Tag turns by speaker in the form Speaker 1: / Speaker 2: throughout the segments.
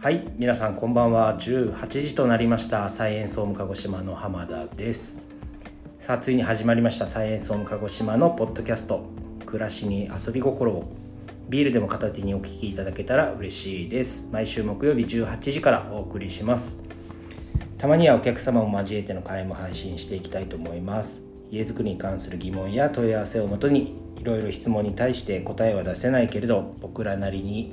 Speaker 1: はい皆さんこんばんは18時となりましたサイエンスホーム鹿児島の浜田ですさあついに始まりましたサイエンスホーム鹿児島のポッドキャスト暮らしに遊び心をビールでも片手にお聞きいただけたら嬉しいです毎週木曜日18時からお送りしますたまにはお客様を交えての会も配信していきたいと思います家づくりに関する疑問や問い合わせをもとにいろいろ質問に対して答えは出せないけれど僕らなりに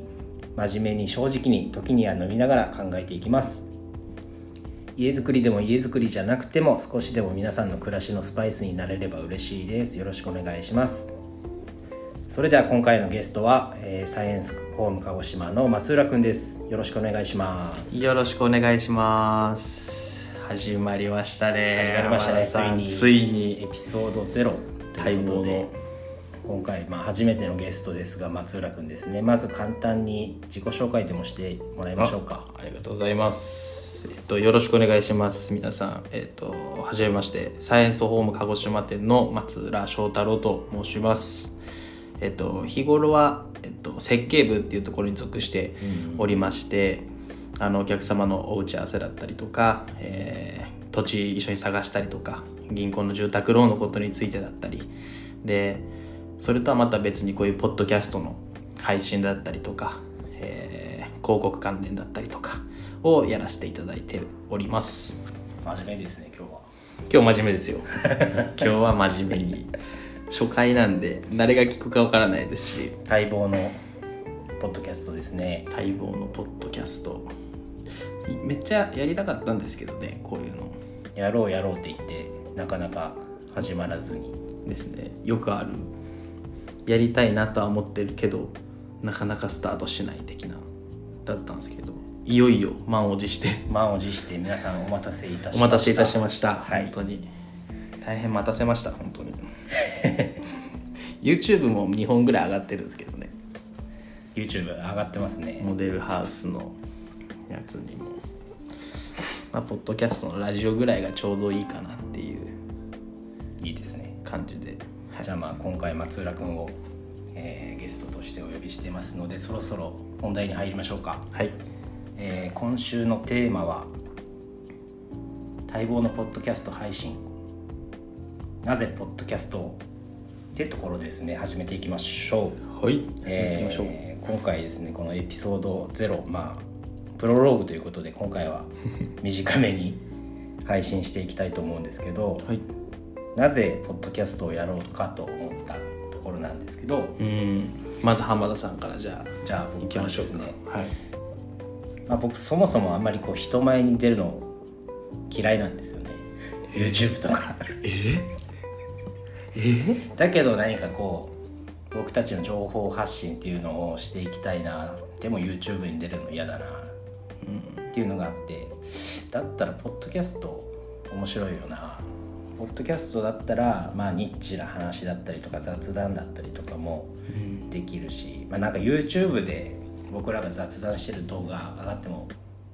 Speaker 1: 真面目に正直に時には飲みながら考えていきます家づくりでも家づくりじゃなくても少しでも皆さんの暮らしのスパイスになれれば嬉しいですよろしくお願いしますそれでは今回のゲストは、えーサイエンスホーム鹿児島の松浦くんですよろしくお願いします
Speaker 2: よろしくお願いします始まりましたね
Speaker 1: 始まりましたね
Speaker 2: 山田さん
Speaker 1: つ
Speaker 2: つ
Speaker 1: い
Speaker 2: い
Speaker 1: エ
Speaker 2: に
Speaker 1: ピソードゼロということ
Speaker 2: 待
Speaker 1: で今回、まあ、初めてのゲストですが松浦君ですねまず簡単に自己紹介でもしてもらいましょうか
Speaker 2: ありがとうございます、えっと、よろしくお願いします皆さんえっとはじめましてサイエンスホーム鹿児島店の松浦翔太郎と申しますえっと日頃は、えっと、設計部っていうところに属しておりまして、あのお客様のお打ち合わせだったりとか、えー土地一緒に探したりとか銀行の住宅ローンのことについてだったりでそれとはまた別にこういうポッドキャストの配信だったりとか、えー広告関連だったりとかをやらせていただいております
Speaker 1: 真面目ですね今日は
Speaker 2: 今日真面目ですよ今日は真面目に初回なんで誰が聞くかわからないですし
Speaker 1: 待望のポッドキャストですね
Speaker 2: 待望のポッドキャストめっちゃやりたかったんですけどねこういうの
Speaker 1: やろうやろうって言ってなかなか始まらずに
Speaker 2: ですねよくあるやりたいなとは思ってるけどなかなかスタートしない的なだったんですけどいよいよ満を持して
Speaker 1: 満を持して皆さんお待たせいたしました
Speaker 2: お待たせいたしました、
Speaker 1: はい
Speaker 2: 本当に大変待たせました本当に YouTube も2本ぐらい上がってるんですけどね
Speaker 1: YouTube 上がってますね
Speaker 2: モデルハウスのやつにも、まあ、ポッドキャストのラジオぐらいがちょうどいいかなっていう
Speaker 1: いいですね
Speaker 2: 感じで、はい
Speaker 1: じゃあまあ今回松浦君を、えーゲストとしてお呼びしてますのでそろそろ本題に入りましょうか
Speaker 2: はい、
Speaker 1: えー今週のテーマは待望のポッドキャスト配信なぜポッドキャストをってところですね始めていきましょう
Speaker 2: はい、始めていきましょう、
Speaker 1: えー今回ですねこのエピソード0まあプロローグということで今回 は短めに配信していきたいと思うんですけど
Speaker 2: はい
Speaker 1: なぜポッドキャストをやろうかと思ったところなんですけど
Speaker 2: うんまず浜田さんからじゃ
Speaker 1: じゃあ
Speaker 2: あ
Speaker 1: 僕
Speaker 2: 行き
Speaker 1: から
Speaker 2: ま
Speaker 1: で
Speaker 2: しょう
Speaker 1: す
Speaker 2: か
Speaker 1: ね
Speaker 2: はい
Speaker 1: まあ、僕そもそもあんまりこう人前に出るの嫌いなんですよね YouTube とかだけど何かこう僕たちの情報発信っていうのをしていきたいなでも YouTube に出るの嫌だなっていうのがあってだったらポッドキャスト面白いよなポッドキャストだったらまあニッチな話だったりとか雑談だったりとかも
Speaker 2: うん
Speaker 1: できるし、まあ、なんか YouTube で僕らが雑談してる動画上がっても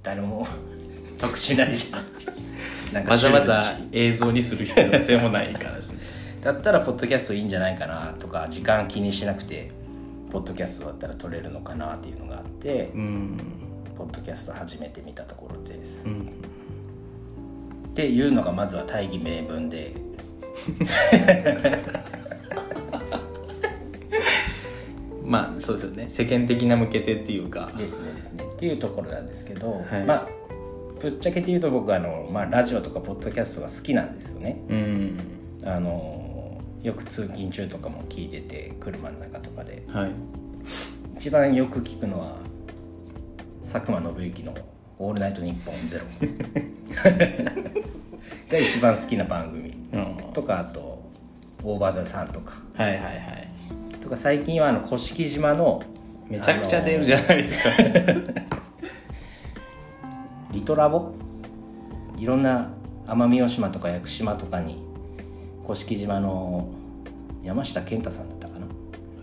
Speaker 1: 誰も 得しないじゃんなんか
Speaker 2: わざわ
Speaker 1: シュー
Speaker 2: ざ
Speaker 1: ルだし
Speaker 2: 映像にする必要性もないからですね
Speaker 1: だったらポッドキャストいいんじゃないかなとか時間気にしなくてポッドキャストだったら撮れるのかなっていうのがあって、
Speaker 2: うん
Speaker 1: ポッドキャスト始めてみたところです、
Speaker 2: う
Speaker 1: っ
Speaker 2: ん
Speaker 1: ていうのがまずは大義名分で
Speaker 2: まあそうですよね世間的な向けてっていうか
Speaker 1: ですねですねっていうところなんですけど、
Speaker 2: はい
Speaker 1: まあぶっちゃけて言うと僕あの、まあ、ラジオとかポッドキャストが好きなんですよね
Speaker 2: うん
Speaker 1: あのよく通勤中とかも聞いてて車の中とかで
Speaker 2: はい
Speaker 1: 一番よく聞くのは佐久間信之の「オールナイトニッポンゼロ が一番好きな番組
Speaker 2: うん
Speaker 1: とかあと「オーバーザさん」とか
Speaker 2: はいはいはい
Speaker 1: とか最近はあの甑島の
Speaker 2: めちゃくちゃ出るじゃないですか
Speaker 1: あのリトラボいろんな奄美大島とか屋久島とかに甑島の山下健太さんだったかな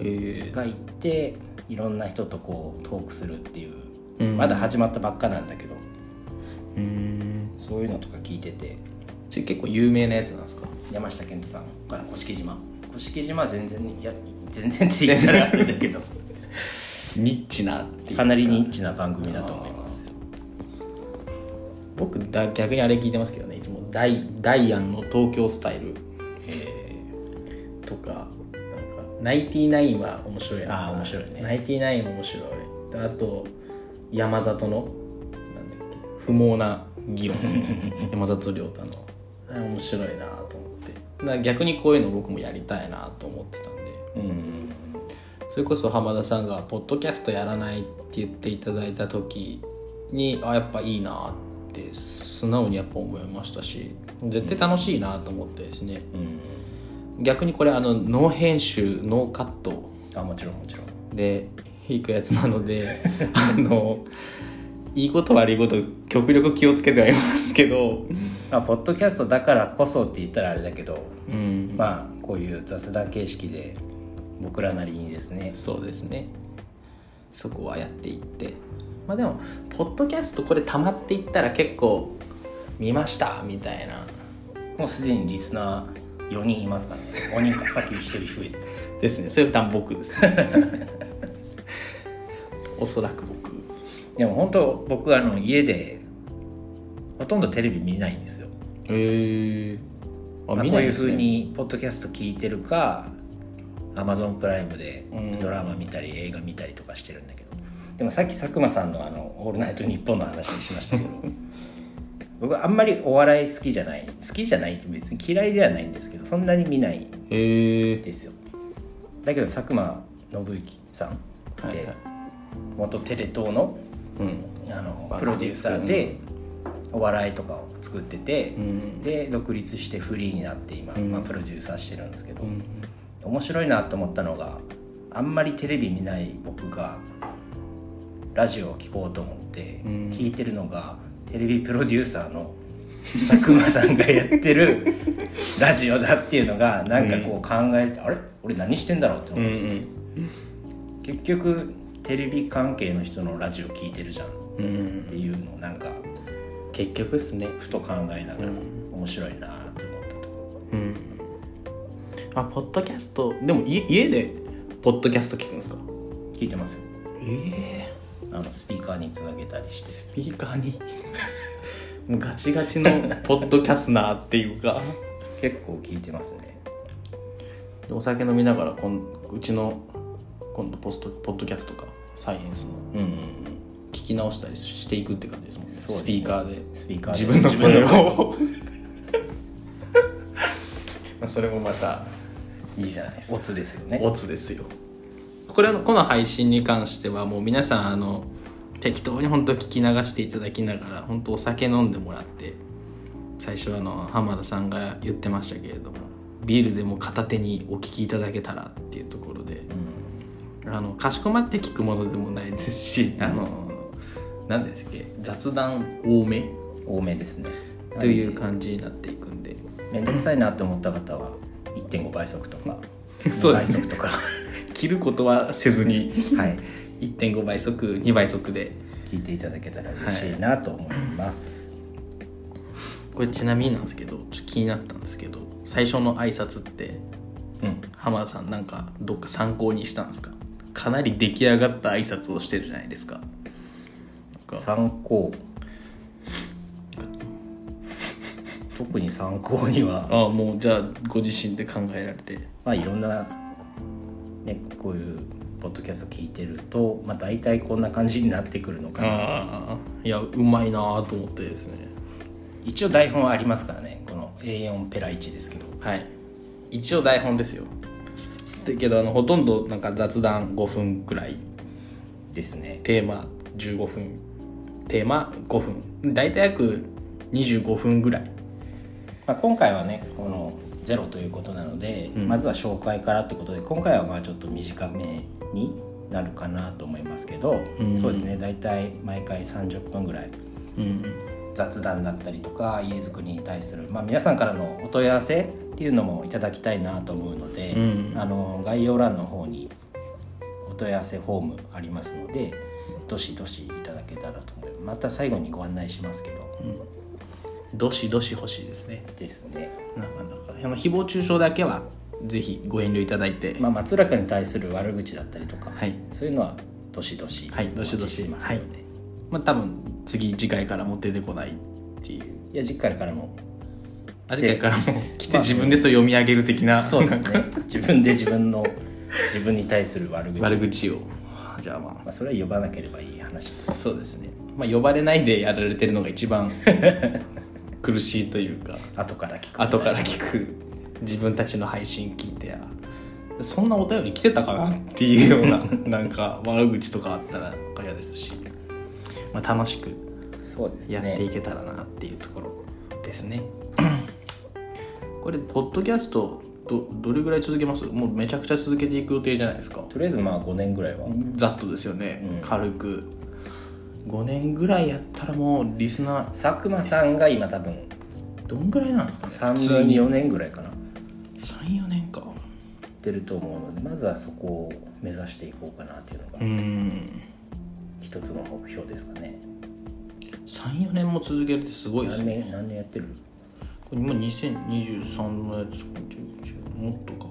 Speaker 2: へ
Speaker 1: が行っていろんな人とこうトークするっていう、
Speaker 2: えうん
Speaker 1: まだ始まったばっかなんだけど
Speaker 2: うん
Speaker 1: そういうのとか聞いてて
Speaker 2: それ結構有名なやつなんですか
Speaker 1: 山下健太さんが甑島甑島は全然いや全然って言 ったらあれだけど
Speaker 2: ニッチなっていう
Speaker 1: かなりニッチな番組だと思います
Speaker 2: 僕だ逆にあれ聞いてますけどねいつもダイダイアンの東京スタイル、えーとかなんかナインティナインは面白いな
Speaker 1: あー面白いね
Speaker 2: ナインティナインも面白いであと山里のなんだっけ不毛な議論 山里亮太のあれ面白いなと思ってだから逆にこういうの僕もやりたいなと思ってたんで
Speaker 1: うん
Speaker 2: それこそ浜田さんが「ポッドキャストやらない」って言っていただいた時にあやっぱいいなって素直にやっぱ思いましたし絶対楽しいなと思ってですね、
Speaker 1: うん
Speaker 2: 逆にこれあのノー編集ノーカット
Speaker 1: あもちろんもちろん
Speaker 2: で弾くやつなのであのいいこと悪いこと極力気をつけてはいますけど、
Speaker 1: まあポッドキャストだからこそって言ったらあれだけど
Speaker 2: うん
Speaker 1: まあこういう雑談形式で僕らなりにですね
Speaker 2: そうですねそこはやっていってまあでもポッドキャストこれ溜まっていったら結構見ましたみたいな
Speaker 1: もうすでにリスナー4人いますからね5人かさっき1人増えて
Speaker 2: ですねそれ負担僕ですね おそらく僕
Speaker 1: でも本当僕あの家でほとんどテレビ見ないんですよ
Speaker 2: へえあ
Speaker 1: まあ
Speaker 2: 見
Speaker 1: こ
Speaker 2: な
Speaker 1: う
Speaker 2: い
Speaker 1: いう
Speaker 2: で
Speaker 1: ふ
Speaker 2: す
Speaker 1: う
Speaker 2: ね
Speaker 1: にポッドキャスト聞いてるか Amazon プライムで
Speaker 2: うん
Speaker 1: ドラマ見たり映画見たりとかしてるんだけどでもさっき佐久間さんのあの「オールナイトニッポン」の話にしま したけど僕あんまりお笑い好きじゃない好きじゃないって別に嫌いではないんですけどそんなに見ない
Speaker 2: へえ
Speaker 1: ですよだけど佐久間信之さんって、
Speaker 2: はいはい
Speaker 1: 元テレ東の
Speaker 2: うん
Speaker 1: あの
Speaker 2: まあ
Speaker 1: プロデューサーでお笑いとかを作ってて、
Speaker 2: うん
Speaker 1: で独立してフリーになって今、
Speaker 2: うん
Speaker 1: まあ、プロデューサーしてるんですけど、
Speaker 2: うん
Speaker 1: 面白いなと思ったのがあんまりテレビ見ない僕がラジオを聴こうと思って
Speaker 2: うん
Speaker 1: 聞いてるのが、テレビプロデューサーの佐久間さんがやって るラジオだっていうのがなんかこう考えて、あれ俺何してんだろうって
Speaker 2: う
Speaker 1: 思
Speaker 2: ん
Speaker 1: っ
Speaker 2: う
Speaker 1: て、
Speaker 2: ん
Speaker 1: 結局テレビ関係の人のラジオ聞いてるじゃんっ
Speaker 2: う
Speaker 1: て
Speaker 2: ん
Speaker 1: いうのをなんか
Speaker 2: 結局ですね
Speaker 1: ふと考えながら
Speaker 2: うん
Speaker 1: 面白いなと思ったと
Speaker 2: うんあポッドキャストでも家家でポッドキャスト聞くんですか
Speaker 1: 聞いてますよ
Speaker 2: ええ
Speaker 1: あのスピーカーにつなげたりして
Speaker 2: スピーカーに もうガチガチのポッドキャスナーっていうか
Speaker 1: 結構聞いてますね
Speaker 2: お酒飲みながらこんうちの今度ポストポッドキャストかサイエンスの
Speaker 1: うんうん
Speaker 2: 聞き直したりしていくって感じですもんね
Speaker 1: そうですね
Speaker 2: スピーカーで
Speaker 1: スピーカーで
Speaker 2: 自分の声
Speaker 1: 自分の
Speaker 2: を まあそれもまたいいじゃないですか
Speaker 1: オツですよね
Speaker 2: オツですよこれのこの配信に関してはもう皆さんあの適当に本当聞き流していただきながら本当お酒飲んでもらって最初あの浜田さんが言ってましたけれどもビールでも片手にお聞きいただけたらっていうところで
Speaker 1: うん
Speaker 2: あのかしこまって聞くものでもないですしあの何ですっけ雑談多め
Speaker 1: 多めですね
Speaker 2: という感じになっていくんで
Speaker 1: 面倒くさいなって思った方は1.5倍速とか
Speaker 2: そうです
Speaker 1: 2倍速とか
Speaker 2: 切ることはせずに
Speaker 1: はい
Speaker 2: 1.5倍速2倍速で
Speaker 1: 聞いていただけたら嬉しいなと思います、
Speaker 2: これちなみになんですけどちょっと気になったんですけど最初の挨拶って
Speaker 1: うん
Speaker 2: 浜田さんなんかどっか参考にしたんですかかなり出来上がった挨拶をしてるじゃないですかなんか
Speaker 1: 参考特に参考には
Speaker 2: ああもうじゃあご自身で考えられて
Speaker 1: まあいろんな、ね、こういうポッドキャスト聞いてると、まあ、大体こんな感じになってくるのかな
Speaker 2: ああいやうまいなあと思ってですね
Speaker 1: 一応台本はありますからねこの A4 ペラ1ですけど
Speaker 2: はい一応台本ですよだけどあのほとんどなんか雑談5分くらい
Speaker 1: ですね
Speaker 2: テーマ15分テーマ5分大体約25分ぐらい
Speaker 1: まあ、今回はねこのゼロということなので、
Speaker 2: うん
Speaker 1: まずは紹介からってことで今回はまあちょっと短めになるかなと思いますけど、
Speaker 2: うん
Speaker 1: そうですね大体毎回30分ぐらい
Speaker 2: うん
Speaker 1: 雑談だったりとか家づくりに対する、まあ、皆さんからのお問い合わせっていうのもいただきたいなと思うので、
Speaker 2: うん
Speaker 1: あの概要欄の方にお問い合わせフォームありますのでどしどしいただけたらと思いますまた最後にご案内しますけど
Speaker 2: どしどし欲しいですね
Speaker 1: ですね、
Speaker 2: なかなかあの誹謗中傷だけはぜひご遠慮いただいて、
Speaker 1: まあ、松浦君に対する悪口だったりとか、
Speaker 2: はい
Speaker 1: そういうのはどしどし
Speaker 2: はいどしど
Speaker 1: お待ちて
Speaker 2: し
Speaker 1: います
Speaker 2: はい
Speaker 1: ので
Speaker 2: まあ多分次次回からもう出てこないっていう
Speaker 1: いや次回からも
Speaker 2: 味回からも来
Speaker 1: ま
Speaker 2: て
Speaker 1: あ
Speaker 2: 自分でそう読み上げる的な
Speaker 1: そうで
Speaker 2: なん
Speaker 1: す
Speaker 2: か
Speaker 1: ね 自分で自分の自分に対する悪口
Speaker 2: 悪口をじゃあま
Speaker 1: まあ、それは呼ばなければいい話
Speaker 2: あそうですね、まあ、呼ばれないでやられてるのが一 番苦しいというか
Speaker 1: 後から聞く
Speaker 2: 後から聞く自分たちの配信聞いてやそんなお便り来てたかなっていうような なんか悪口とかあったらなんか嫌ですし、まあ、楽しく
Speaker 1: そうです
Speaker 2: やってい
Speaker 1: ね
Speaker 2: けたらなっていうところですね これポッドキャストどどれぐらい続けますもうめちゃくちゃ続けていく予定じゃないですか
Speaker 1: とりあえずまあ5年ぐらいは
Speaker 2: ざっとですよね、
Speaker 1: うん
Speaker 2: 軽く5年ぐらいやったらもうリスナー
Speaker 1: 佐久間さんが今多分
Speaker 2: どんぐらいなんですかね
Speaker 1: 3
Speaker 2: 普通
Speaker 1: 年
Speaker 2: に
Speaker 1: 4年ぐらいかな
Speaker 2: 34年か
Speaker 1: ってると思うのでまずはそこを目指していこうかなっていうのが
Speaker 2: うん
Speaker 1: 一つの目標ですかね、
Speaker 2: 34年も続けるってすごいです
Speaker 1: 何
Speaker 2: ね
Speaker 1: 年何年やってる
Speaker 2: これ今2023のやつもっとか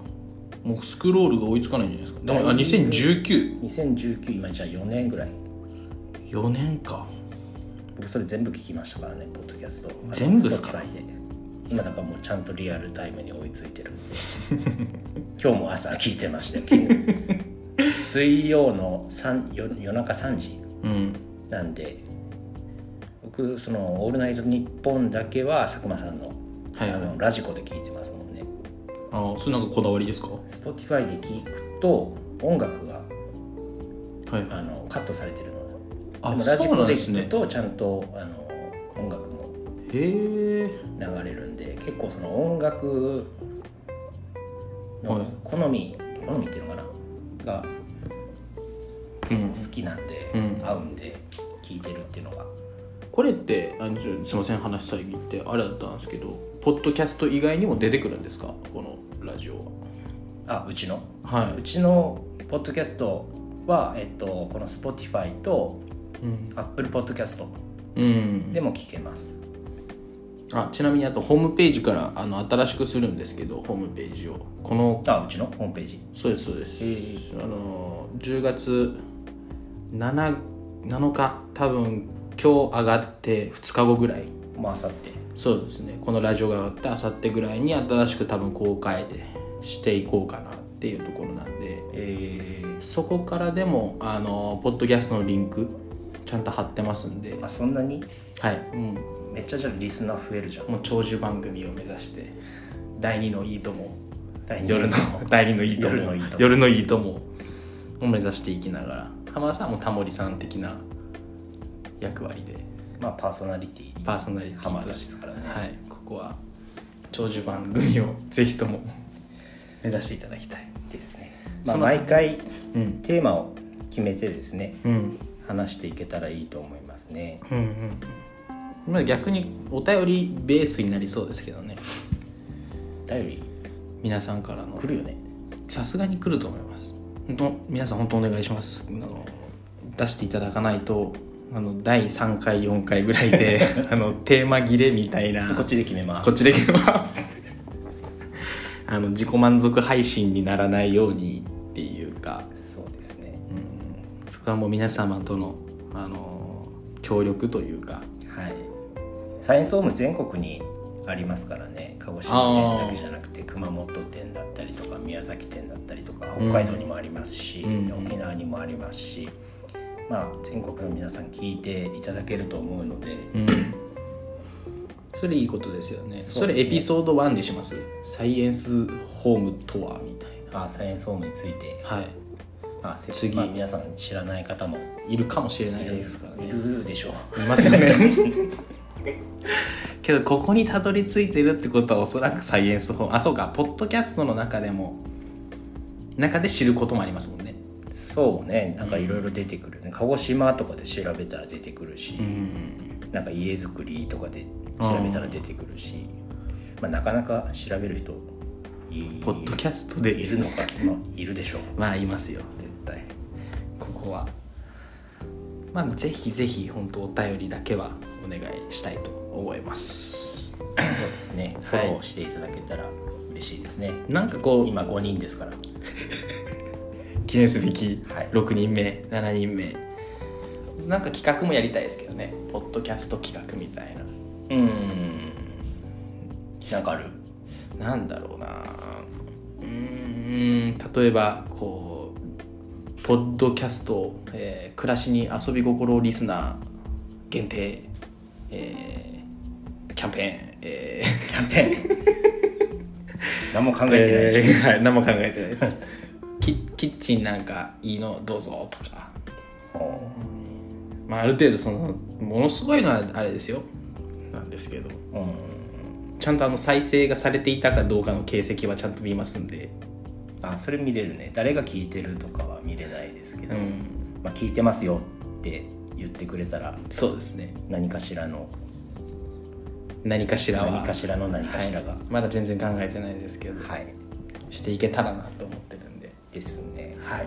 Speaker 2: もうスクロールが追いつかないんじゃないですかでもあ20194
Speaker 1: 2019今じゃあ4年ぐらい
Speaker 2: 年か
Speaker 1: 僕それ全部聞きましたからねポッドキャスト
Speaker 2: 全部っすか
Speaker 1: Spotify で今だからもうちゃんとリアルタイムに追いついてるんで 今日も朝聞いてましたよ昨日水曜の三夜夜中3時
Speaker 2: うん
Speaker 1: なんで僕その「オールナイトニッポン」だけは佐久間さんの,、
Speaker 2: はい
Speaker 1: あ
Speaker 2: はい
Speaker 1: のラジコで聞いてますもんね
Speaker 2: ああそれなんかこだわりですかは
Speaker 1: Spotify で聞くと音楽が
Speaker 2: いはい
Speaker 1: あのカットされてるの
Speaker 2: あ
Speaker 1: でもラジ
Speaker 2: そうな
Speaker 1: コ
Speaker 2: ん
Speaker 1: で
Speaker 2: です
Speaker 1: 聞
Speaker 2: ね
Speaker 1: くとちゃんとあの音楽も
Speaker 2: へえ
Speaker 1: 流れるんで結構その音楽
Speaker 2: は
Speaker 1: の
Speaker 2: い
Speaker 1: 好み、好みっていうのかなが
Speaker 2: うん
Speaker 1: 好きなんで、
Speaker 2: うん
Speaker 1: 合うんで聴いてるっていうのが
Speaker 2: これってあちょすいません話遮ってあれだったんですけどポッドキャスト以外にも出てくるんですかこのラジオ
Speaker 1: あうちの
Speaker 2: はは
Speaker 1: う
Speaker 2: い、
Speaker 1: ちのポッドキャストは、えっと、この Spotify と
Speaker 2: うん、
Speaker 1: Apple Podcast
Speaker 2: うん
Speaker 1: でも聴けます、
Speaker 2: あちなみにあとホームページからあの新しくするんですけどホームページをこの
Speaker 1: あうちのホームページ
Speaker 2: そうですそうです、
Speaker 1: え
Speaker 2: あの10月 7, 7日多分今日上がって2日後ぐらい
Speaker 1: まああさって
Speaker 2: そうですねこのラジオが上がってあさってぐらいに新しく多分公開でしていこうかなっていうところなんで
Speaker 1: え
Speaker 2: そこからでもあのポッドキャストのリンクちゃんと貼ってますんで
Speaker 1: ー、あそんなに
Speaker 2: はい、うん、
Speaker 1: めっちゃじゃあリスナー増えるじゃん
Speaker 2: もう長寿番組を目指して第2のいいとも
Speaker 1: 第二
Speaker 2: 夜の第2のいいと
Speaker 1: 夜の
Speaker 2: も
Speaker 1: いいとも
Speaker 2: 夜のいいともを目指していきながら浜田さんはもうタモリさん的な役割で
Speaker 1: まあパーソナリティ
Speaker 2: パーソナリティ
Speaker 1: 浜田
Speaker 2: と
Speaker 1: で
Speaker 2: して
Speaker 1: すからね
Speaker 2: はいここは長寿番組をぜひとも 目指していただきたい
Speaker 1: ですね、まあ、
Speaker 2: その
Speaker 1: 毎回
Speaker 2: うん
Speaker 1: テーマを決めてですね
Speaker 2: うん
Speaker 1: 話していけたらいいと思いますね
Speaker 2: うんうんまあ逆にお便りベースになりそうですけどね
Speaker 1: 頼り
Speaker 2: 皆さんからの
Speaker 1: 来るよね
Speaker 2: さすがに来ると思います本当皆さん本当お願いしますあの出していただかないとあの第3回4回ぐらい であのテーマ切れみたいな
Speaker 1: こっちで決めます
Speaker 2: こっちで切れます あの自己満足配信にならないようにっていうか、
Speaker 1: そうですね
Speaker 2: うん、そこはもう皆様とのあの協力というか
Speaker 1: はいサイエンスホーム全国にありますからね鹿児島県だけじゃなくて熊本店だったりとか宮崎店だったりとか
Speaker 2: うん
Speaker 1: 北海道にもありますし、
Speaker 2: うん
Speaker 1: 沖縄にもありますし、まあ、全国の皆さん聞いていただけると思うので
Speaker 2: うんそれいいことですよねそ
Speaker 1: そうですね
Speaker 2: れエピソード1でしますサイエンスホームとはみたい
Speaker 1: まあサイエンスホームについて、
Speaker 2: なはい
Speaker 1: まあ、せ
Speaker 2: 次
Speaker 1: まあ皆さん知らない方も
Speaker 2: いるかもしれない
Speaker 1: い
Speaker 2: ですからね
Speaker 1: るでしょう
Speaker 2: いますよね けどここにたどり着いてるってことはおそらくサイエンス法あそうかポッドキャストの中でも中で知ることもありますもんね
Speaker 1: そうねなんかいろいろ出てくるよね、鹿児島とかで調べたら出てくるし、
Speaker 2: ん
Speaker 1: なんか家づくりとかで調べたら出てくるし、まあ、なかなか調べる人い
Speaker 2: ポッドキャストで
Speaker 1: いるのか、まあ、いるでしょう
Speaker 2: まあいますよ絶 対ここはまあぜひぜひ本当お便りだけはお願いしたいと思います
Speaker 1: そうですねフォローしていただけたら嬉しいですね、
Speaker 2: なんかこう
Speaker 1: 今5人ですから
Speaker 2: 記念すべき
Speaker 1: はい
Speaker 2: 6人目、7人目なんか企画もやりたいですけどねポッドキャスト企画みたいな
Speaker 1: うんなんかある
Speaker 2: なんだろうなうーん例えばこうポッドキャスト、えー暮らしに遊び心リスナー限定、えーキャンペーン、え ー
Speaker 1: キャンペーン何も考えてないでしょ、
Speaker 2: えーはい何も考えてないです キキッチンなんかいいのどうぞとか、
Speaker 1: ほ
Speaker 2: まあ、ある程度そのものすごいのはあれですよなんですけど
Speaker 1: ううん
Speaker 2: ちゃんとあの再生がされていたかどうかの形跡はちゃんと見ますんで、
Speaker 1: あそれ見れるね誰が聞いてるとかは見れないですけ
Speaker 2: う
Speaker 1: ど、
Speaker 2: ん、
Speaker 1: まあ、聞いてますよって言ってくれたら
Speaker 2: そうですね
Speaker 1: 何かしらの
Speaker 2: 何かしらは
Speaker 1: 何かしらの何かしらが
Speaker 2: はいまだ全然考えてないですけど、
Speaker 1: はい、
Speaker 2: していけたらなと思ってるんで、
Speaker 1: ですね
Speaker 2: はい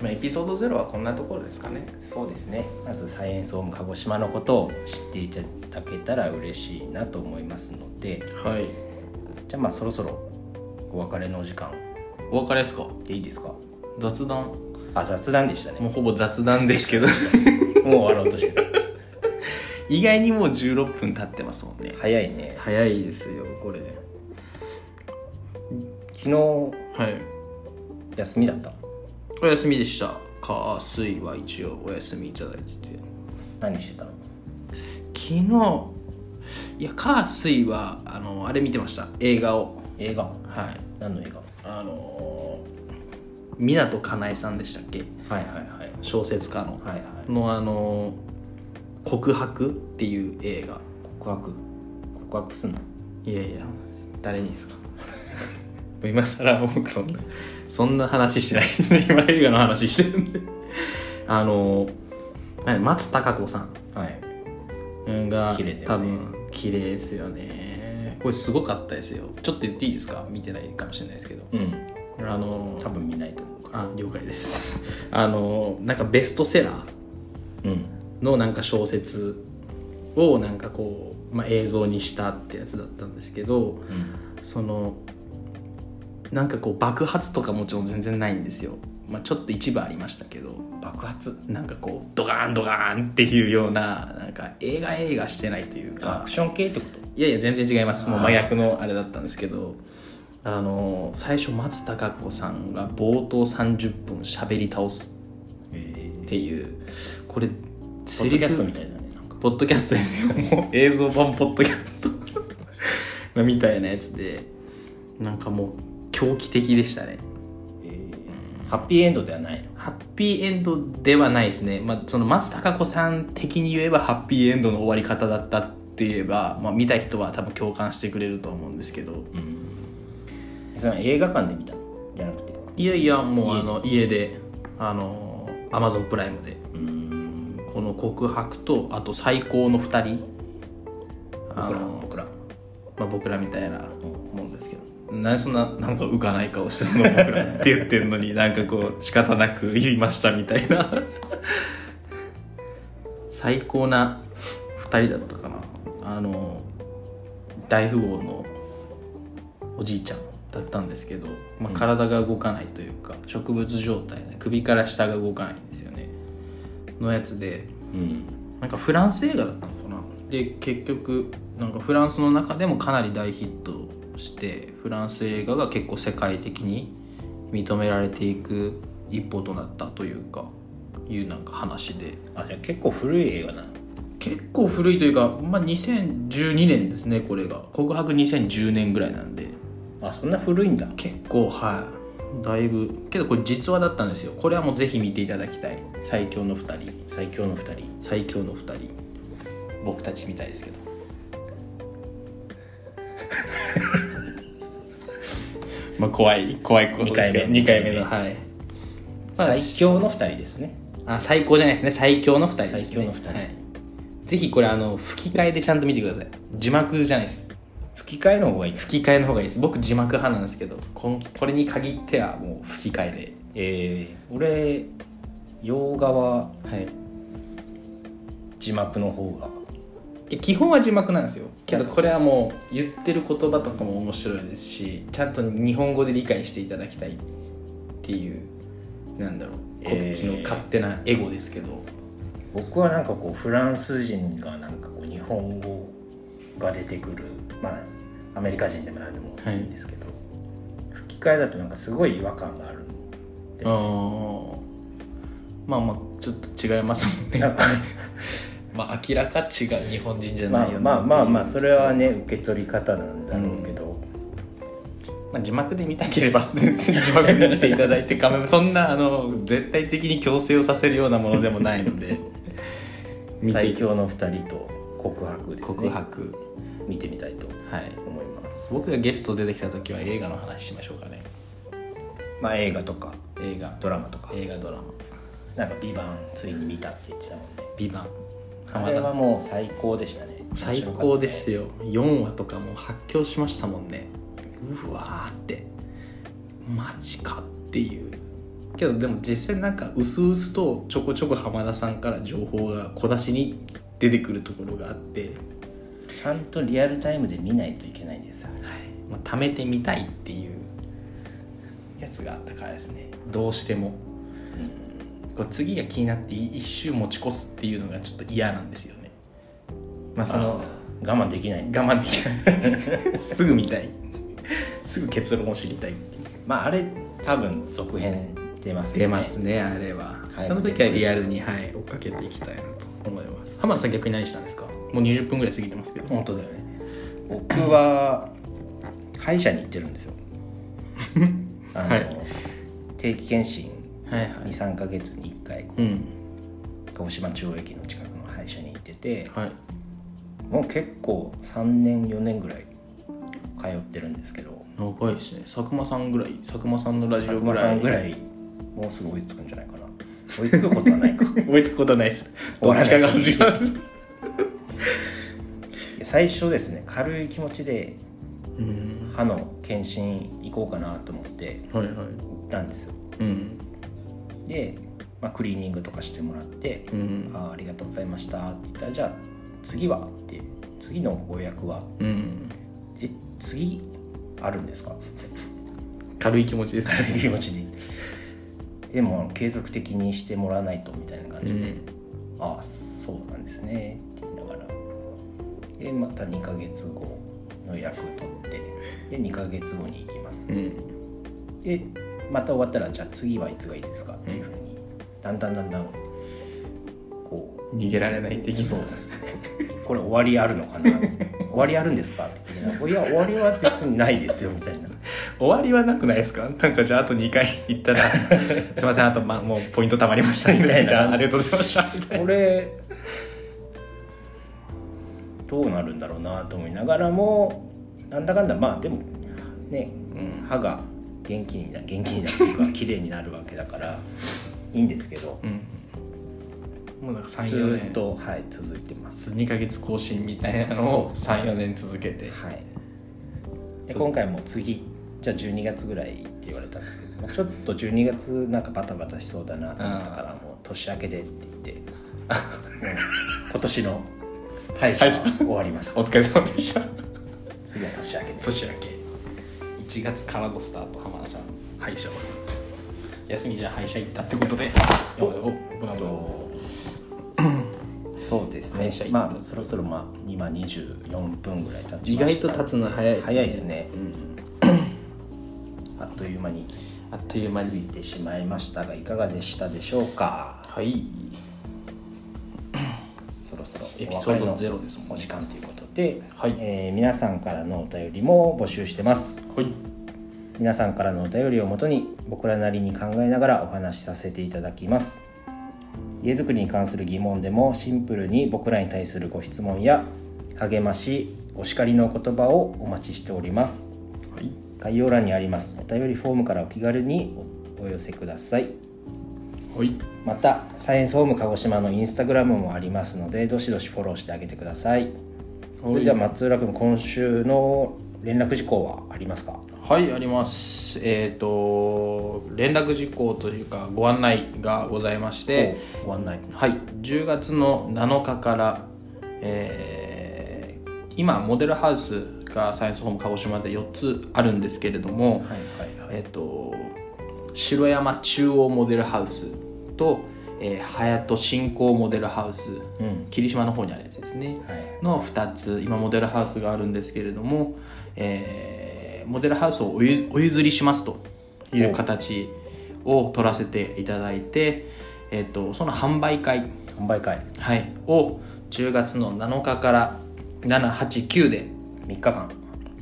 Speaker 2: まあ、エピソード0はこんなところですかね
Speaker 1: そうですねまずサイエンスオウム鹿児島のことを知っていただけたら嬉しいなと思いますので
Speaker 2: はい
Speaker 1: じゃあまあそろそろお別れのお時間
Speaker 2: お別れですか
Speaker 1: でいいですか
Speaker 2: 雑談
Speaker 1: あ雑談でした ね
Speaker 2: もうほぼ雑談です けど
Speaker 1: もう終わろうとしてた
Speaker 2: 意外にもう16分経ってますもんね
Speaker 1: 早いね
Speaker 2: 早いですよこれ
Speaker 1: 昨日
Speaker 2: はい
Speaker 1: 休みだった
Speaker 2: お休みでした火水は一応お休みいただいてて
Speaker 1: 何してたの
Speaker 2: 昨日いや火水はあのあれ見てました映画を
Speaker 1: 映画
Speaker 2: はい
Speaker 1: 何の映画
Speaker 2: あのー、湊かなえさんでしたっけ
Speaker 1: はいはいはい
Speaker 2: 小説家の、
Speaker 1: はいは
Speaker 2: のあのー告白」っていう映画
Speaker 1: 告白告白すんの
Speaker 2: いやいや誰にですか今更僕そんなそんな話してないんで今映画の話してるんであのー何松たか子さ
Speaker 1: はい
Speaker 2: んが
Speaker 1: 綺麗だよね
Speaker 2: 多分綺麗ですよねこれすごかったですよちょっと言っていいですか見てないかもしれないですけど
Speaker 1: うん
Speaker 2: あのー
Speaker 1: 多分見ないと思うか
Speaker 2: あ了解ですあのなんかベストセラー
Speaker 1: らうん
Speaker 2: のなんか小説をなんかこう、まあ、映像にしたってやつだったんですけど
Speaker 1: うん
Speaker 2: そのなんかこう爆発とかもちろん全然ないんですよ、まあ、ちょっと一部ありましたけど
Speaker 1: 爆発
Speaker 2: なんかこうドガーンドガーンっていうようななんか映画映画してないという
Speaker 1: ア
Speaker 2: か
Speaker 1: クション系ってこ
Speaker 2: いやいや全然違いますもう真逆のあれだったんですけどあの最初松たか子さんが冒頭30分喋り倒す
Speaker 1: とええ
Speaker 2: っていうこれ
Speaker 1: ポッドキャストみたいだねなんか
Speaker 2: ポッドキャストです よもう映像版ポッドキャストみたいなやつでなんかもう狂気的でしたね
Speaker 1: ハッピーエンドではないの
Speaker 2: ハッピーエンドではないですね、まあ、その松たか子さん的に言えばハッピーエンドの終わり方だったって言えば、まあ、見た人は多分共感してくれると思うんですけど
Speaker 1: それは映画館で見たのじゃなくて
Speaker 2: いやいやもうあの家であのアマゾンプライムで
Speaker 1: うん
Speaker 2: この告白とあと最高の2人あ
Speaker 1: 僕ら
Speaker 2: の
Speaker 1: 僕ら
Speaker 2: まあ、僕らみたいなもんですけど、なんでそんななんか浮かない顔してその僕らって言ってるの になんかこう仕方なく言いましたみたいな最高な2人だったかなあの大富豪のおじいちゃんだったんですけど、まあ、体が動かないというか、植物状態で首から下が動かないんですよねのやつで
Speaker 1: うん
Speaker 2: なんかフランス映画だったのかなで結局なんかフランスの中でもかなり大ヒットしてフランス映画が結構世界的に認められていく一歩となったというかいうなんか話で
Speaker 1: あじゃあ結構古い映画な
Speaker 2: 結構古いというか、まあ、2012年ですねこれが告白2010年ぐらいなんで
Speaker 1: あそんな古いんだ
Speaker 2: 結構はいだいぶけどこれ実話だったんですよこれはもうぜひ見ていただきたい最強の2人
Speaker 1: 最強の2人
Speaker 2: 最強の2人僕たちみたいですけど まあ怖い怖いことですけど
Speaker 1: 二
Speaker 2: 2
Speaker 1: 回
Speaker 2: 回
Speaker 1: 目
Speaker 2: 目
Speaker 1: の
Speaker 2: のはい、まあ
Speaker 1: 最強の2人ですね
Speaker 2: あ最高じゃないですね最強の2人です、ね、
Speaker 1: 最強の二人
Speaker 2: はい、ぜひこれあの吹き替えでちゃんと見てください字幕じゃないです
Speaker 1: 吹き替えの方がいい
Speaker 2: 吹き替えの方がいいです僕字幕派なんですけどこんこれに限ってはもう吹き替え
Speaker 1: えー、俺洋画は
Speaker 2: で、はい、
Speaker 1: 字幕の方が
Speaker 2: いや基本は字幕なんですよけどこれはもう言ってる言葉とかも面白いですしちゃんと日本語で理解していただきたいっていうなんだろうこっちの勝手なエゴですけど、
Speaker 1: 僕はなんかこうフランス人がなんかこう日本語が出てくるまあアメリカ人でも何でもいいんですけど、吹き替えだとなんかすごい違和感がある
Speaker 2: あーまあまあちょっと違いますもんね
Speaker 1: なんか
Speaker 2: まあ明らか違う日本人じゃ
Speaker 1: ま
Speaker 2: な
Speaker 1: あ
Speaker 2: いよ
Speaker 1: まあまあまあ
Speaker 2: あ、
Speaker 1: それはね受け取り方なんだろうけど、
Speaker 2: まあ、字幕で見たければ 全然字幕で見ていただいて構いませんそんなあの絶対的に強制をさせるようなものでもないので 見て
Speaker 1: 最強の2人と告白ですね
Speaker 2: 告白
Speaker 1: 見てみたいと
Speaker 2: はい
Speaker 1: 思います
Speaker 2: 僕がゲスト出てきた時は映画の話しましょうかね
Speaker 1: まあ映画とか
Speaker 2: 映画
Speaker 1: ドラマとか
Speaker 2: 映画ドラマ
Speaker 1: なんか「ビバンついに見たって言ってたもんね
Speaker 2: 「ビバン
Speaker 1: あれはもう最高でしたね
Speaker 2: 最高ですよ4話とかも発狂しましたもんねうわーってマジかっていうけどでも実際なんか薄々とちょこちょこ浜田さんから情報が小出しに出てくるところがあって、
Speaker 1: ちゃんとリアルタイムで見ないといけないんですよ
Speaker 2: はいまあ、貯めてみたいっていうやつがあったからですねどうしても、こう次が気になって一周持ち越すっていうのがちょっと嫌なんですよねまあその
Speaker 1: 我慢できない
Speaker 2: 我慢できないすぐ見たいすぐ結論を知りたい
Speaker 1: まああれ多分続編出ますよね
Speaker 2: 出ますねあれは、
Speaker 1: はい
Speaker 2: その時はリアルに、はい、追っかけていきたいなと思います浜田さん逆に何したんですかもう20分ぐらい過ぎてますけど
Speaker 1: 本当だよね僕は歯医者に行ってるん ですよあの、
Speaker 2: はい
Speaker 1: 定期検診
Speaker 2: はいはい
Speaker 1: 23か月に1回こ
Speaker 2: う
Speaker 1: うん鹿児島中央駅の近くの歯医者に行ってて
Speaker 2: はい
Speaker 1: もう結構3年4年ぐらい通ってるんですけど
Speaker 2: 長いですね佐久間さんぐらい佐久間さんのラジ
Speaker 1: 佐
Speaker 2: オ
Speaker 1: 久
Speaker 2: ぐ
Speaker 1: 間
Speaker 2: ら
Speaker 1: さ
Speaker 2: い
Speaker 1: んぐらいもうすぐ追いつくんじゃないかな追いつくことは ないか
Speaker 2: 追いつくことはないです
Speaker 1: 終
Speaker 2: ど
Speaker 1: わら
Speaker 2: っ
Speaker 1: な
Speaker 2: ち
Speaker 1: い
Speaker 2: かが始まるんです
Speaker 1: 最初ですね軽い気持ちで
Speaker 2: うん
Speaker 1: 歯の検診行こうかなと思って
Speaker 2: はいはい
Speaker 1: 行ったんですよ
Speaker 2: うん
Speaker 1: で、まあ、クリーニングとかしてもらって「
Speaker 2: うん
Speaker 1: あーありがとうございました」って言ったら「じゃあ次は?」って次のご予約は?
Speaker 2: うん」
Speaker 1: え次あるんですか?」
Speaker 2: 軽い気持ちですね
Speaker 1: 軽い気持ちにでも継続的にしてもらわないとみたいな感
Speaker 2: う
Speaker 1: じで
Speaker 2: ん
Speaker 1: 「ああそうなんですね」って言いながらでまた2ヶ月後の予約取ってで2ヶ月後に行きます
Speaker 2: うん
Speaker 1: でまた終わったらじゃあ次はいつがいいですかっていうふうにだんだんだんだんこう
Speaker 2: 逃げられない的な
Speaker 1: そうですねこれ終わりあるのかな終わりあるんですかって聞いたらいや終わりは別にないですよみたいな
Speaker 2: 終わりはなくないですかなんかじゃああと2回行ったらすいませんあと、ま、もうポイントたまりましたみたいなじゃあありがとうございましたみたいな
Speaker 1: これどうなるんだろうなと思いながらもなんだかんだまあでもね歯が元気にな元気になるっていうか綺麗になるわけだからいいんですけど
Speaker 2: うんもうなんか
Speaker 1: ず
Speaker 2: 34
Speaker 1: ーっ
Speaker 2: 年
Speaker 1: とはい続いてます
Speaker 2: 2ヶ月更新みたいなのを34年続けて
Speaker 1: はいで今回も次じゃあ12月ぐらいって言われたんですけど、まあちょっと12月なんかバタバタしそうだなと思ったからもう年明けでって言ってもう今年の歯医者は終わりました
Speaker 2: お疲れ様でした
Speaker 1: 次は年明けです
Speaker 2: 年明け1月からのスタート浜田さん歯医者は休みじゃあ歯医者行ったってことでおおブラボー
Speaker 1: そうです
Speaker 2: 歯
Speaker 1: ね
Speaker 2: 医者行った
Speaker 1: まあそろそろまあ今24分ぐらい経ち
Speaker 2: 意
Speaker 1: ました
Speaker 2: 外と経つの早いですね
Speaker 1: 早いですね、うん、あっという間に
Speaker 2: あっという間
Speaker 1: 過
Speaker 2: に
Speaker 1: ぎてしまいましたがいかがでしたでしょうか
Speaker 2: はい
Speaker 1: そろそろ
Speaker 2: エピソード
Speaker 1: お別れの
Speaker 2: ゼロですもんね
Speaker 1: お時間ということで、
Speaker 2: はい
Speaker 1: えー皆さんからのお便りも募集してます
Speaker 2: はい
Speaker 1: 皆さんからのお便りをもとに僕らなりに考えながらお話しさせていただきます家づくりに関する疑問でもシンプルに僕らに対するご質問や励ましお叱りの言葉をお待ちしております
Speaker 2: はい
Speaker 1: 概要欄にありますお便りフォームからお気軽におお寄せください
Speaker 2: はい
Speaker 1: またサイエンスホーム鹿児島のインスタグラムもありますのでどしどしフォローしてあげてくださいそれでは松浦君今週の連絡事項はありますか
Speaker 2: はい、あります。えっ、と、連絡事項というか、ご案内がございまして、
Speaker 1: おご案内
Speaker 2: はい、10月の7日から、えー今、モデルハウスがサイエンスホーム鹿児島で4つあるんですけれど
Speaker 1: はい
Speaker 2: も、
Speaker 1: はいはい
Speaker 2: えっ、と、城山中央モデルハウスと、えー、隼人新興モデルハウス
Speaker 1: うん
Speaker 2: 霧島の方にあるやつですね
Speaker 1: はい
Speaker 2: の2つ今モデルハウスがあるんですけれども、えーモデルハウスをおゆお譲りしますという形を取らせていただいて、えっとその販売会、
Speaker 1: 販売会
Speaker 2: はい、を10月の7日から789で
Speaker 1: 3日間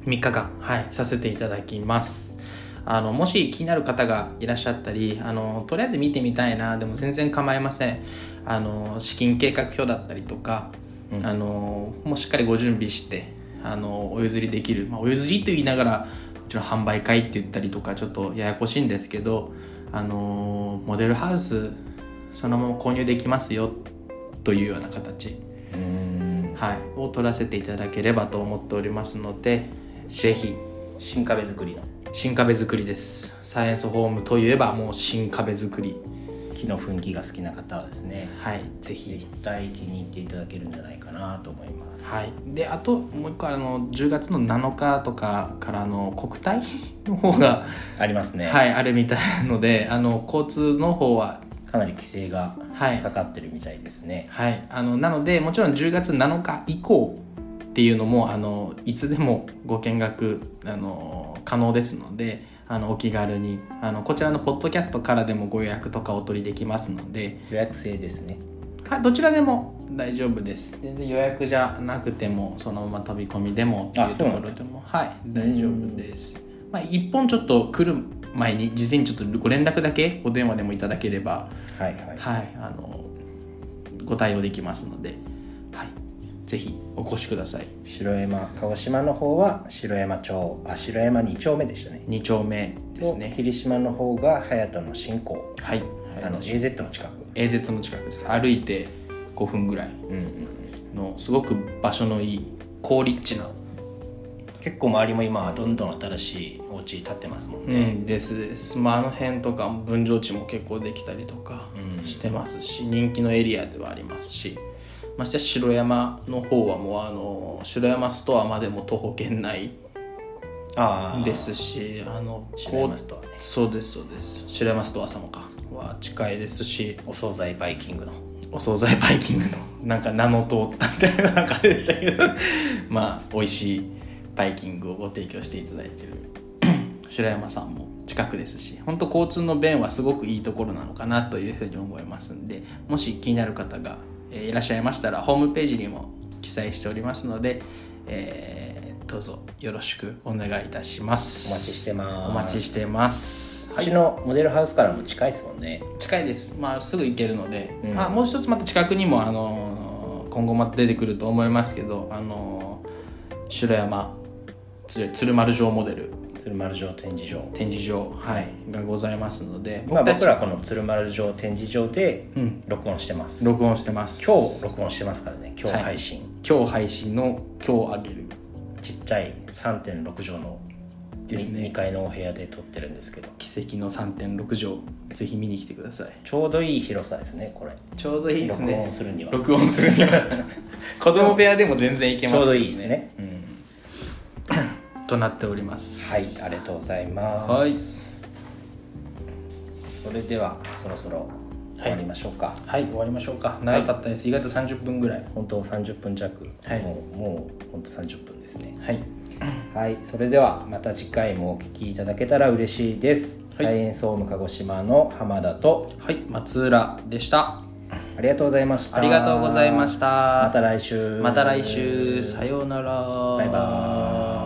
Speaker 2: 3日間、はい、させていただきますあのもし気になる方がいらっしゃったりあのとりあえず見てみたいなでも全然構いませんあの資金計画表だったりとか、
Speaker 1: うん
Speaker 2: あのもうしっかりご準備してあのお譲りできる、まあ、お譲りと言いながらもちろん販売会って言ったりとかちょっとややこしいんですけどあのモデルハウスそのまま購入できますよというような形
Speaker 1: うーん
Speaker 2: はい、を取らせていただければと思っておりますのでぜひ
Speaker 1: 新壁作りの
Speaker 2: 新壁作りですサイエンスホームといえばもう新壁作り
Speaker 1: 木の雰囲気が好きな方はですね
Speaker 2: はいぜ
Speaker 1: 絶
Speaker 2: ひ
Speaker 1: 対気に入っていただけるんじゃないかなと思います
Speaker 2: はいであともう一個あの10月の7日とかからの国体 の方が、
Speaker 1: ありますね、
Speaker 2: はい、あるみたいなのであの交通の方は
Speaker 1: かなり規制が
Speaker 2: はい
Speaker 1: かかってるみたいですね、
Speaker 2: はい、あのなのでもちろん10月7日以降っていうのもあのいつでもご見学あの可能ですのであのお気軽にあのこちらのポッドキャストからでもご予約とかお取りできますので、
Speaker 1: 予約制ですね
Speaker 2: はい、どちらでも大丈夫です全然予約じゃなくてもそのまま飛び込みでもってい
Speaker 1: あ
Speaker 2: う
Speaker 1: そ
Speaker 2: と
Speaker 1: うなん
Speaker 2: こ
Speaker 1: だ
Speaker 2: ろでもはい大丈夫です、まあ、一本ちょっと来る前に事前にちょっとご連絡だけお電話でもいただければ
Speaker 1: はいはい
Speaker 2: はい、あのご対応できますので、はい、ぜひお越しください。
Speaker 1: 白山鹿児島の方は白山町あ白山2丁目でしたね
Speaker 2: 2丁目です
Speaker 1: と
Speaker 2: ね。
Speaker 1: 霧島の方が隼人の新港
Speaker 2: はい、
Speaker 1: あの AZ の近く
Speaker 2: AZ の近くです。歩いて5分ぐらい
Speaker 1: うんうん
Speaker 2: のすごく場所のいい高立地な、
Speaker 1: 結構周りも今どんどん新しいお家建ってますもん
Speaker 2: う
Speaker 1: ね、
Speaker 2: ん、ですです。まああの辺とか分譲地も結構できたりとか
Speaker 1: うん
Speaker 2: してますし、人気のエリアではありますし。ましてや城山の方はもうあの城山ストアまでも徒歩圏内
Speaker 1: ああ
Speaker 2: ですしあの
Speaker 1: 白山ストアね
Speaker 2: そうですそうです白山ストア様かは近いですし
Speaker 1: お惣菜バイキングの
Speaker 2: お惣菜バイキングのなんか名の通ったみたいななんかあれでしたけど まあ美味しいバイキングをご提供していただいてる 白山さんも近くですし本当交通の便はすごくいいところなのかなというふうに思いますんでもし気になる方がえーいらっしゃいましたらホームページにも記載しておりますので、えーどうぞよろしくお願いいたしま
Speaker 1: お
Speaker 2: す
Speaker 1: 待ちしてます
Speaker 2: お待ちしてます
Speaker 1: うちのモデルハウスからも近いですもんね
Speaker 2: 近いです、まあ、すぐ行けるので、
Speaker 1: うん
Speaker 2: まあ、もう一つまた近くにも、あのー今後また出てくると思いますけど、あのー白山つ鶴丸城モデル
Speaker 1: 鶴丸城展示場
Speaker 2: 展示場、はい、がございますので
Speaker 1: まあ
Speaker 2: たち
Speaker 1: 僕らはこの鶴丸城展示場で
Speaker 2: うん、
Speaker 1: 録音してます、
Speaker 2: 録音してます
Speaker 1: 今日録音してますからね今日
Speaker 2: はい
Speaker 1: 配信、
Speaker 2: 今日配信の「今日あげる
Speaker 1: ちっちゃい3.6畳の
Speaker 2: ですね
Speaker 1: 2, 階のお部屋で撮ってるんですけど」
Speaker 2: 奇跡の3.6畳ぜひ見に来てください
Speaker 1: ちょうどいい広さですねこれ
Speaker 2: ちょうどいいです
Speaker 1: 録音
Speaker 2: ね
Speaker 1: するには
Speaker 2: 録音するには 子供部屋でも全然いけ
Speaker 1: ち
Speaker 2: ます
Speaker 1: ょう
Speaker 2: けど
Speaker 1: どいいですね、うん
Speaker 2: となっております
Speaker 1: はいありがとうございます、
Speaker 2: はい
Speaker 1: それではそろそろ終わりましょうか、
Speaker 2: はい、終わりましょうか。長かったです。意外と30分ぐらい。
Speaker 1: 本当30分弱、
Speaker 2: はい
Speaker 1: もうもう本当30分ですね
Speaker 2: はい。
Speaker 1: はい、それではまた次回もお聞きいただけたら嬉しいです。
Speaker 2: はい
Speaker 1: サイエンスホーム鹿児島の浜田と
Speaker 2: はい、松浦でした。
Speaker 1: ありがとうございました。
Speaker 2: ありがとうございました。
Speaker 1: また来週。
Speaker 2: また来週。さようなら。
Speaker 1: バイバーイ。